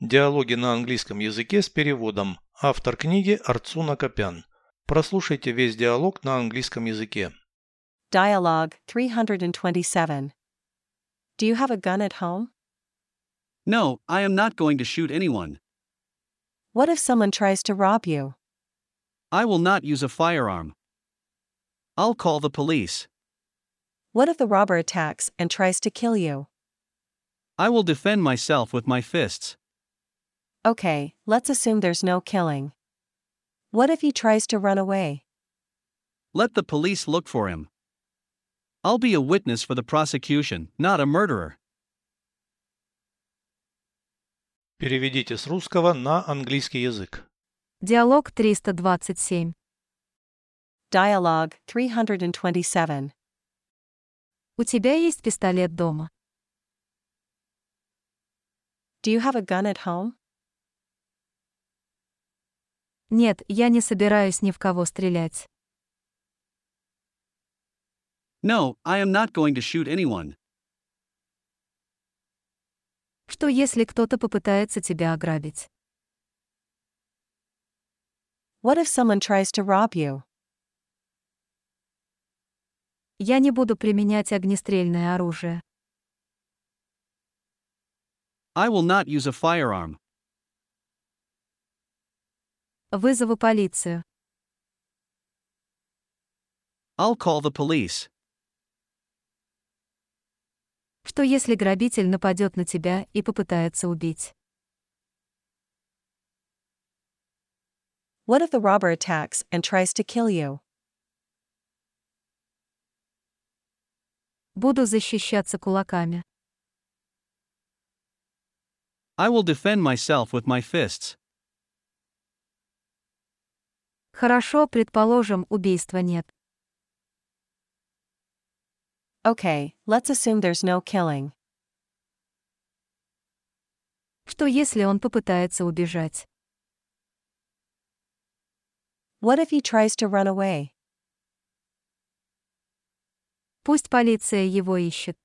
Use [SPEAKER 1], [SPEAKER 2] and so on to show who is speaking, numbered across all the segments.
[SPEAKER 1] Диалоги на английском языке с переводом. Автор книги Арцуна Копян. Прослушайте весь диалог на английском языке.
[SPEAKER 2] Dialogue 327. Do you have a gun at home?
[SPEAKER 3] No, I am not going to shoot anyone.
[SPEAKER 2] What if someone tries to rob you?
[SPEAKER 3] I will not use a firearm. I'll call the police.
[SPEAKER 2] What if the robber attacks and tries to kill you?
[SPEAKER 3] I will defend myself with my fists.
[SPEAKER 2] Okay, let's assume there's no killing. What if he tries to run away?
[SPEAKER 3] Let the police look for him. I'll be a witness for the prosecution, not a murderer.
[SPEAKER 1] Переведите с русского на английский язык.
[SPEAKER 4] Диалог 327.
[SPEAKER 2] Dialogue 327.
[SPEAKER 4] У тебя есть пистолет дома?
[SPEAKER 2] Do you have a gun at home?
[SPEAKER 4] Нет, я не собираюсь ни в кого стрелять.
[SPEAKER 3] No, I am not going to shoot anyone.
[SPEAKER 4] Что если кто-то попытается тебя ограбить?
[SPEAKER 2] What if someone tries to rob you?
[SPEAKER 4] Я не буду применять огнестрельное оружие.
[SPEAKER 3] I will not use a firearm.
[SPEAKER 4] Вызову полицию.
[SPEAKER 3] I'll call the police.
[SPEAKER 4] Что если грабитель нападет на тебя и попытается убить?
[SPEAKER 2] What if the robber attacks and tries to kill you?
[SPEAKER 4] Буду защищаться кулаками.
[SPEAKER 3] I will defend myself with my fists.
[SPEAKER 4] Хорошо, предположим, убийства нет.
[SPEAKER 2] Okay, let's assume there's no killing.
[SPEAKER 4] Что если он попытается убежать?
[SPEAKER 2] What if he tries to run away?
[SPEAKER 4] Пусть полиция его ищет.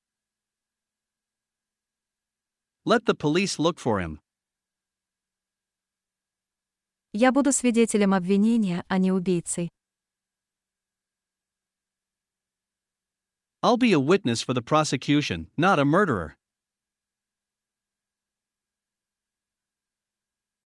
[SPEAKER 3] Let the police look for him.
[SPEAKER 4] Я буду свидетелем обвинения, а не убийцей.
[SPEAKER 3] I'll be a witness for the prosecution, not a murderer.